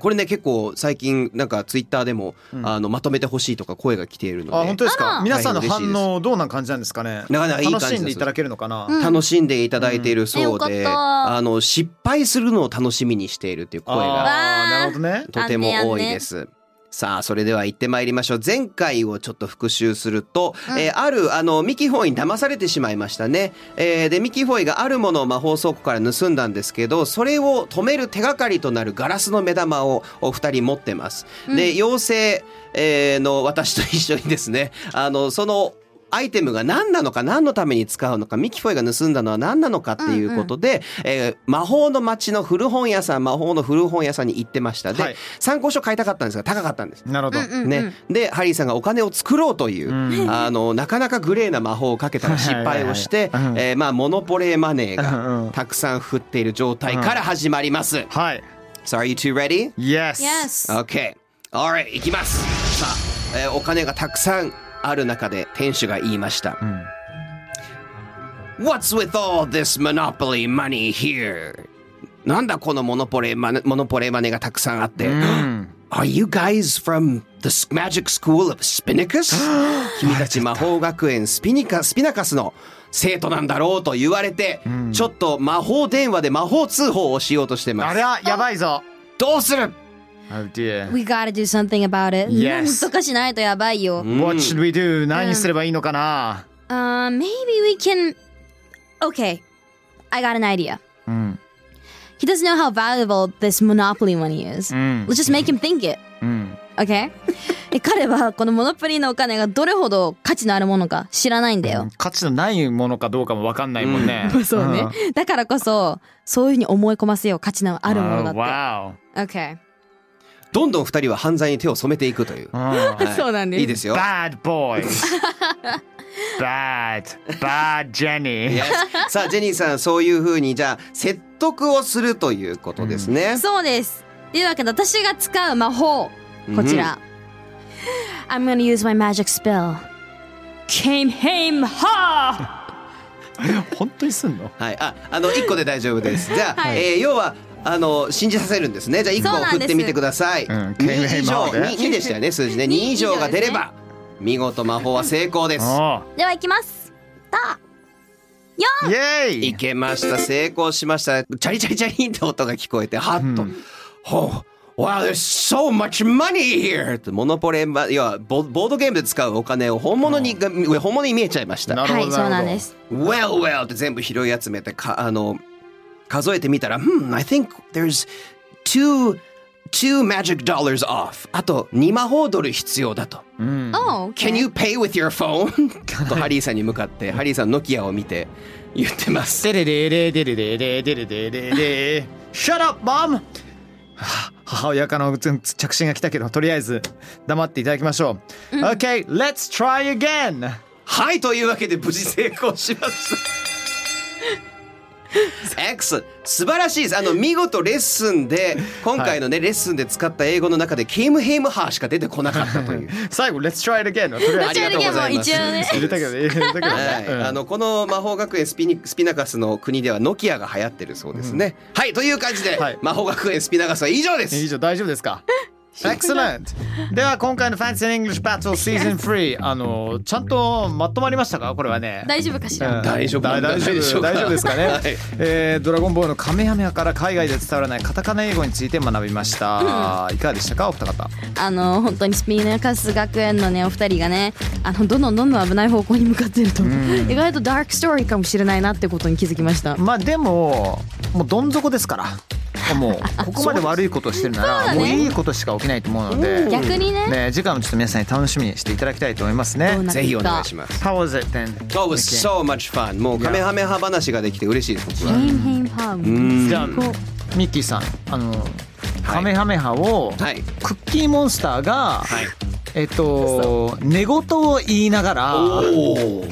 Speaker 4: これね、結構最近なんかツイッターでも、あの、まとめてほしいとか声が来ているので。
Speaker 1: あ、本当です
Speaker 3: あら
Speaker 1: か皆さんの
Speaker 4: はい嬉しい
Speaker 1: 反
Speaker 4: です
Speaker 1: 応どうな感じなんですかね
Speaker 4: なかなかいい感じです
Speaker 1: 楽しんでいただけるのかな、
Speaker 4: 楽しんでいただいているそう
Speaker 3: うんえ
Speaker 4: で、
Speaker 3: よかった
Speaker 4: あの失敗するのを楽しみにしているっていう声が
Speaker 1: あーなるほどね。
Speaker 4: とても多いです。さあそれでは行ってまいりましょう前回をちょっと復習すると、えーあるあのミキ・フォイに騙されてしまいましたね、えーでミキ・フォイがあるものを魔法倉庫から盗んだんですけどそれを止める手がかりとなるガラスの目玉をお二人持ってます、で妖精、えーの私と一緒にですね あのそのアイテムが何なのか何のために使うのかミキフォイが盗んだのは何なのかっていうことで、えー魔法の街の古本屋さん魔法の古本屋さんに行ってましたで、
Speaker 1: はい
Speaker 4: 参考書買いたかったんですが高かったんです。
Speaker 1: なるほど。
Speaker 3: うんうん
Speaker 4: ね、でハリーさんがお金を作ろうという、あのなかなかグレーな魔法をかけたら失敗をして
Speaker 1: はいはいはい
Speaker 4: えーまあモノポレーマネー
Speaker 1: うんう
Speaker 4: が
Speaker 1: ん
Speaker 4: たくさん降っている状態から始まります。
Speaker 1: はい。
Speaker 4: So are you two ready?
Speaker 1: Yes!
Speaker 3: Yes.
Speaker 4: Okay. Alright, いきます。さあ、えーお金がたくさんある中で店主が言いました。What's with all this monopoly money here? なんだこのモノポレマネモノポレマネがたくさんあって。Are you guys from the s- magic school of Spinicus? 君たち魔法学園スピニカスピナカスの生徒なんだろうと言われて、ちょっと魔法電話で魔法通報をしようとしてま
Speaker 1: あ
Speaker 4: す
Speaker 1: れ。はやばいぞ
Speaker 4: どうする
Speaker 1: !Oh dear.
Speaker 3: We gotta do something about it.
Speaker 1: Yes.
Speaker 3: なんとかしないとやばいよ。
Speaker 1: What should we do? 何すればいいのかな、
Speaker 3: Uh, maybe we can. Okay, I got an idea. He doesn't know how valuable this monopoly money is.
Speaker 1: Mm。
Speaker 3: Let's just make him think it. Okay? え彼はこのモノポリーのお金がどれほど価値のあるものか知らないんだよ。
Speaker 1: 価値のないものかどうかもわかんないもんね。
Speaker 3: そうね。だからこそ、そういうふうに思い込ませよう価値のあるものだっ
Speaker 1: Wow.
Speaker 3: て。Okay.
Speaker 4: どんどん二人は犯罪に手を染めていくという。はい
Speaker 3: そうなんです
Speaker 4: いいですよ。
Speaker 1: Bad boys. Bad. Bad Jenny.
Speaker 4: Yes さあ、ジェニーさん、そういうふうに、じゃあ、説得をするということですね。
Speaker 3: そうです。というわけで私が使う魔法こちら。I'm gonna use my magic spell. Came him ha!
Speaker 1: 本当にすんの
Speaker 4: はい、あ、あの、一個で大丈夫です。じゃあ、
Speaker 3: はい
Speaker 4: えー要は、あの、信じさせるんですね。じゃあ、一
Speaker 3: そう
Speaker 4: 個
Speaker 3: なんです
Speaker 4: 送ってみてください。
Speaker 1: うん Came
Speaker 4: 二以
Speaker 1: him
Speaker 4: 上、
Speaker 1: out ね
Speaker 4: 二二でしたよね、数字 ね。
Speaker 3: 二
Speaker 4: 二以上が出れば、見事魔法は成功です。
Speaker 1: お
Speaker 3: ではいきます。
Speaker 1: イェ
Speaker 4: い
Speaker 1: イ
Speaker 4: けました、成功しました。チャリチャリチャリンって音が聞こえて、はっと。ほう。Wow, there's so much money here! とモノポレンバ、要はボボードゲームで使うお金を本物にが、本物に見えちゃいました。
Speaker 1: なる
Speaker 3: は
Speaker 1: ほ
Speaker 3: い、
Speaker 1: ど
Speaker 3: そうな
Speaker 1: なんるほ
Speaker 3: で
Speaker 1: ど。
Speaker 3: す。
Speaker 4: Well, well って全部拾い集めてかあの数えてみたら、Hmm, I think there's two, two magic dollars off. あと2魔法ドル必要だと。
Speaker 3: Oh, okay.
Speaker 4: Can you pay with your phone? とハリーさんに向かって、ハリーさんノキアを見て言ってます。
Speaker 1: デレデレデレデレデレデレデレ Shut up, mom! はあ母親からの着信が来たけど、とりあえず黙っていただきましょう。Okay, let's try again!
Speaker 4: はいというわけで無事成功しました。 X 素晴らしいですあの見事レッスンで今回のね、レッスンで使った英語の中でキム・ヘイム・ハーしか出てこなかったという。
Speaker 1: 最後、Let's try it again はとりあえず
Speaker 3: こちらのゲームも一応ね
Speaker 1: 入れたけど、入れたけどね
Speaker 4: はい、
Speaker 1: うん
Speaker 4: あのこの魔法学園スピニスピナカスの国ではノキアが流行ってるそうですね。はいという感じで、
Speaker 1: はい
Speaker 4: 魔法学園スピナカスは以上です。
Speaker 1: 以上大丈夫ですか Excellent! では今回の Fancy in English Battle Season 3あのちゃんとまとまりましたかこれはね
Speaker 3: 大丈夫かし
Speaker 1: うん
Speaker 3: ら。
Speaker 4: 大丈夫
Speaker 1: だ大丈
Speaker 4: 大
Speaker 1: 夫
Speaker 4: 丈夫
Speaker 1: 大丈夫ですかね、
Speaker 4: はい
Speaker 1: えードラゴンボールのカメハメハから海外で伝わらないカタカナ英語について学びました、いかがでしたかお二方
Speaker 3: あの本当にスピナカス学園のねお二人がね、あのどんどんどんどん危ない方向に向かっていると、意外とダークストーリーかもしれないなってことに気づきました。
Speaker 1: まあでももうどん底ですからもうここまで悪いことをしてるならもういいことしか起きないと思うので
Speaker 3: 逆にね
Speaker 1: ね次回もちょっと皆さんに楽しみにしていただきたいと思います
Speaker 3: どう
Speaker 1: ね
Speaker 3: な
Speaker 4: ぜひお願いします。
Speaker 1: How was it then?
Speaker 4: That was so much fun。もうカメハメハ話ができて嬉しいです僕は。
Speaker 3: ヘイムヘイムハウ
Speaker 4: う
Speaker 3: ム。
Speaker 4: ん
Speaker 1: じゃあミッキーさんあの、カメハメハを、
Speaker 4: はい
Speaker 1: クッキーモンスターが、
Speaker 4: はい。
Speaker 1: えっと寝言を言いながら
Speaker 4: おお。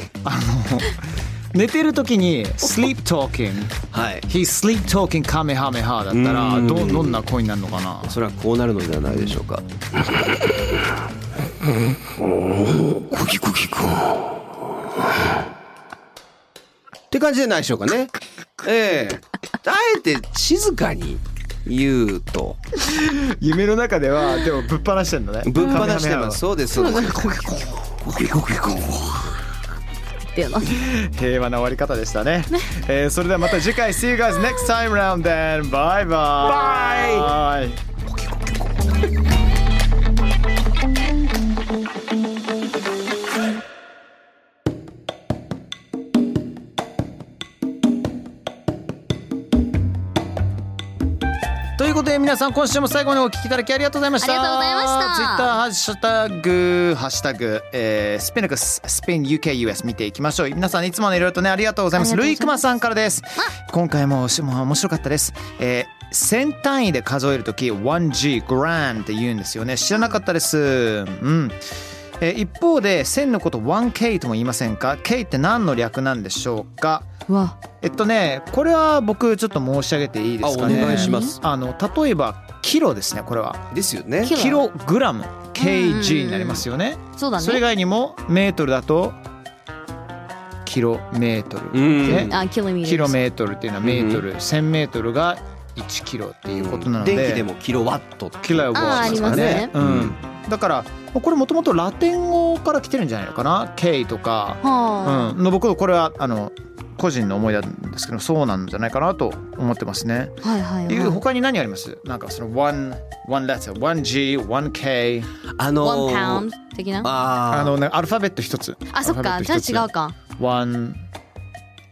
Speaker 1: 寝てる時に「sleep talking」
Speaker 4: はい
Speaker 1: 「。he's sleep talking カメハメハ」だったら
Speaker 4: うん
Speaker 1: どどんな声になるのかな
Speaker 4: それはこうなるのではないでしょうか。コキコキコ。って感じじゃないでしょうかね。ええあえて静かに言うと
Speaker 1: 夢の中ではでもぶっ放してんだね
Speaker 4: ぶっ放してます。そうですそうで
Speaker 3: っ
Speaker 4: す。
Speaker 3: ていうの。
Speaker 1: 平和な終わり方でしたね、えーそれではまた次回 See you guys next time round then bye bye bye bye ということで皆さん今週も最後にお聞きいただきありがとうございました。
Speaker 3: ありがとうございました
Speaker 1: ツイッターハッシュタグ、ハッシュタグ、えー、スピナクス、スピン UKUS 見ていきましょう。皆さんいつもねいろいろとね、ありがとうございます。ルイクマさんからです。今回もしもう面白かったです。えー千単位で数えるとき 1G グランって言うんですよね知らなかったですうん、えー一方で千のこと 1K とも言いませんか K って何の略なんでしょうか
Speaker 3: うわ。
Speaker 1: えっとねこれは僕ちょっと申し上げていいですかね
Speaker 4: あお願いします
Speaker 1: あの例えばキロですねこれは
Speaker 4: ですよね。
Speaker 1: キログラム
Speaker 3: うんうん
Speaker 1: kg になりますよね。
Speaker 3: そうだ
Speaker 1: それ以
Speaker 3: ね。
Speaker 1: 外にもメートルだとキロメートル、
Speaker 4: うん
Speaker 1: ね
Speaker 3: あ、キロミ
Speaker 1: キロメートルっていうのはメートル、1000メートルが1キロっていうことなので、
Speaker 4: 電気でもキロワット。
Speaker 1: キロ
Speaker 3: あー
Speaker 1: ワ
Speaker 3: あ
Speaker 1: ットで
Speaker 3: り
Speaker 1: すか
Speaker 3: ます
Speaker 1: ね
Speaker 3: ね。
Speaker 1: うん、だからこれもともとラテン語から来てるんじゃないのかな K とか、
Speaker 3: はあ。
Speaker 1: うん、の僕これはあの個人の思いなんですけどそうなんじゃないかなと思ってますね。
Speaker 3: はいはい
Speaker 1: いう
Speaker 3: は
Speaker 1: 他に何ありますなんかその one, one letter, one G, one K
Speaker 4: あ
Speaker 3: い。
Speaker 4: の
Speaker 3: ワンパウン
Speaker 4: ー
Speaker 3: ド的な。
Speaker 1: あ
Speaker 4: あー
Speaker 1: のねアルファベット一つ
Speaker 3: あ、そっか。じゃあ違うか。
Speaker 1: one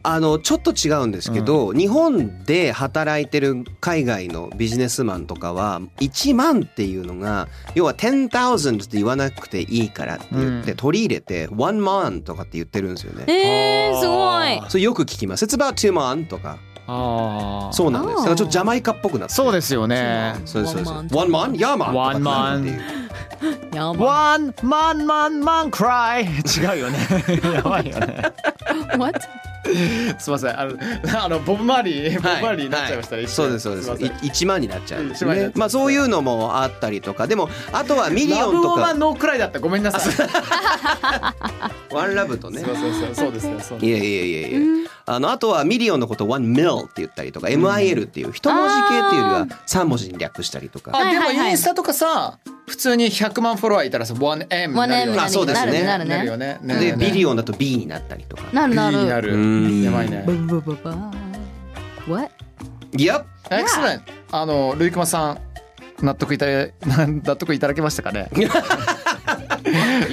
Speaker 4: あのちょっと違うんですけど、日本で働いてる海外のビジネスマンとかは1万っていうのが要は10,000って言わなくていいからって言って、
Speaker 1: うん
Speaker 4: 取り入れて1万とかって言ってるんですよね。
Speaker 3: えー、すごい。
Speaker 4: それよく聞きます。It's about two man とか。
Speaker 1: あ
Speaker 4: そうなんです。
Speaker 3: あー
Speaker 4: だからちょっとジャマイカっぽくなって。
Speaker 1: そうですよね
Speaker 4: そうです。そうです。
Speaker 3: One
Speaker 4: one man? ヤーマン
Speaker 1: One man
Speaker 3: やば。
Speaker 1: one man man man cry 違うよねやばいよね
Speaker 3: What?
Speaker 1: すいませんあのあのボブマーリーボブマーリーになっちゃいましたね、
Speaker 4: は
Speaker 1: 一
Speaker 4: そうで
Speaker 1: 瞬
Speaker 4: すそうです
Speaker 1: ません
Speaker 4: い1万になっちゃうんで
Speaker 1: 一
Speaker 4: す
Speaker 1: 万になっちゃ
Speaker 4: ね
Speaker 1: う
Speaker 4: まあそういうのもあったりとかでもあとはミリ
Speaker 1: ラ
Speaker 4: オ
Speaker 1: ブ
Speaker 4: ンと
Speaker 1: オーバー
Speaker 4: か
Speaker 1: ノーくらいだったごめんなさい すい
Speaker 4: ワンラブとね
Speaker 1: ませんすいませんそうですねそう
Speaker 4: いやいやいやいや、あのあとはミリオンのことを one mil って言ったりとか、mil っていう一文字系っていうよりは三文字に略したりとか。
Speaker 1: あでも
Speaker 3: はいはいはい
Speaker 1: インスタとかさ普通に100万フォロワーいたらさ 1M になる
Speaker 3: 1M
Speaker 1: よね
Speaker 4: あそうですね
Speaker 3: になる
Speaker 1: な
Speaker 3: な
Speaker 1: る
Speaker 3: る
Speaker 1: よ
Speaker 3: ね。
Speaker 1: ね
Speaker 4: でビリ
Speaker 1: オン
Speaker 4: オンだと b になったりとか。
Speaker 3: なる
Speaker 1: B
Speaker 3: な
Speaker 1: に
Speaker 3: る
Speaker 1: な。る
Speaker 4: うん
Speaker 1: やばいね
Speaker 3: ブブブブー What?
Speaker 4: いや、
Speaker 1: エクセレンあのルイクマさん納得いただ納得いただけましたかね
Speaker 4: いいじ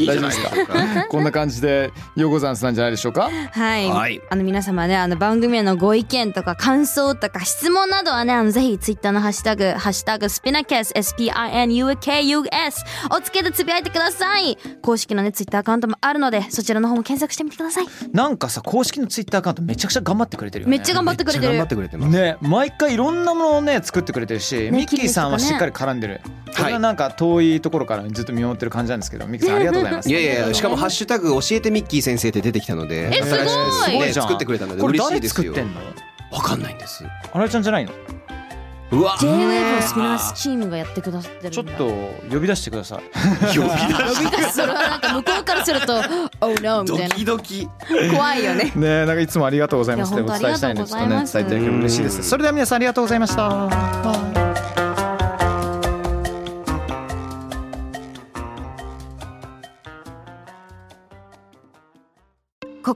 Speaker 1: 大
Speaker 4: ゃ
Speaker 1: 丈夫で
Speaker 4: ない
Speaker 1: す
Speaker 4: で
Speaker 1: か
Speaker 4: すか。
Speaker 1: こんな感じでヨゴザンスなんじゃないでしょうか
Speaker 3: はい、
Speaker 4: はい
Speaker 3: あの皆様ねあの番組へのご意見とか感想とか質問などはねあのぜひツイッターのハッシュタグ「ハッシュタグスピナケス SPINUKUS」をつけてつぶやいてください公式のねツイッターアカウントもあるのでそちらの方も検索してみてください
Speaker 1: なんかさ公式のツイッターアカウントめちゃくちゃ頑張ってくれてるよね
Speaker 3: めっちゃ頑張ってくれて
Speaker 4: 頑張
Speaker 3: る
Speaker 4: ってくれてます。
Speaker 1: ね毎回いろんなものをね作ってくれてるし、ミッキーさんは
Speaker 3: キリンと
Speaker 1: しっ
Speaker 3: かね
Speaker 1: かり絡んでる、
Speaker 4: い
Speaker 1: それはなんか遠いところからずっと見守ってる感じなんですけどミッキーさんありがとうご ざいます
Speaker 4: いやいやいや、しかもハッシュタグ教えてミッキー先生って出てきたので。
Speaker 3: えすごい
Speaker 4: ね
Speaker 1: すごいじゃん
Speaker 4: 作ってくれたので
Speaker 1: これ
Speaker 4: 嬉しい
Speaker 1: 誰
Speaker 4: です
Speaker 1: 作
Speaker 4: よ
Speaker 1: ってんの
Speaker 4: わかんないんです
Speaker 1: 新井ちゃんじゃないの
Speaker 4: うわ
Speaker 3: J-WAVE をスピナーチームがやってくださってるんだ
Speaker 1: ちょっと呼び出してください
Speaker 4: 呼び出し
Speaker 3: それはなんか向こうからすると 「Oh no」み
Speaker 4: ド
Speaker 3: たいな
Speaker 4: キドキ
Speaker 3: 怖いよね
Speaker 1: ねえなんかいつもありがとうございます
Speaker 3: い
Speaker 1: で
Speaker 3: や
Speaker 1: お
Speaker 3: 本当
Speaker 1: 伝えしたいんで
Speaker 3: あり
Speaker 1: ちょ
Speaker 3: がとうござ
Speaker 1: っと
Speaker 3: い
Speaker 1: ね
Speaker 3: ます
Speaker 1: 伝えていただけると嬉しいで
Speaker 4: う
Speaker 1: す
Speaker 4: ん
Speaker 1: それでは皆さんありがとうございました
Speaker 5: こ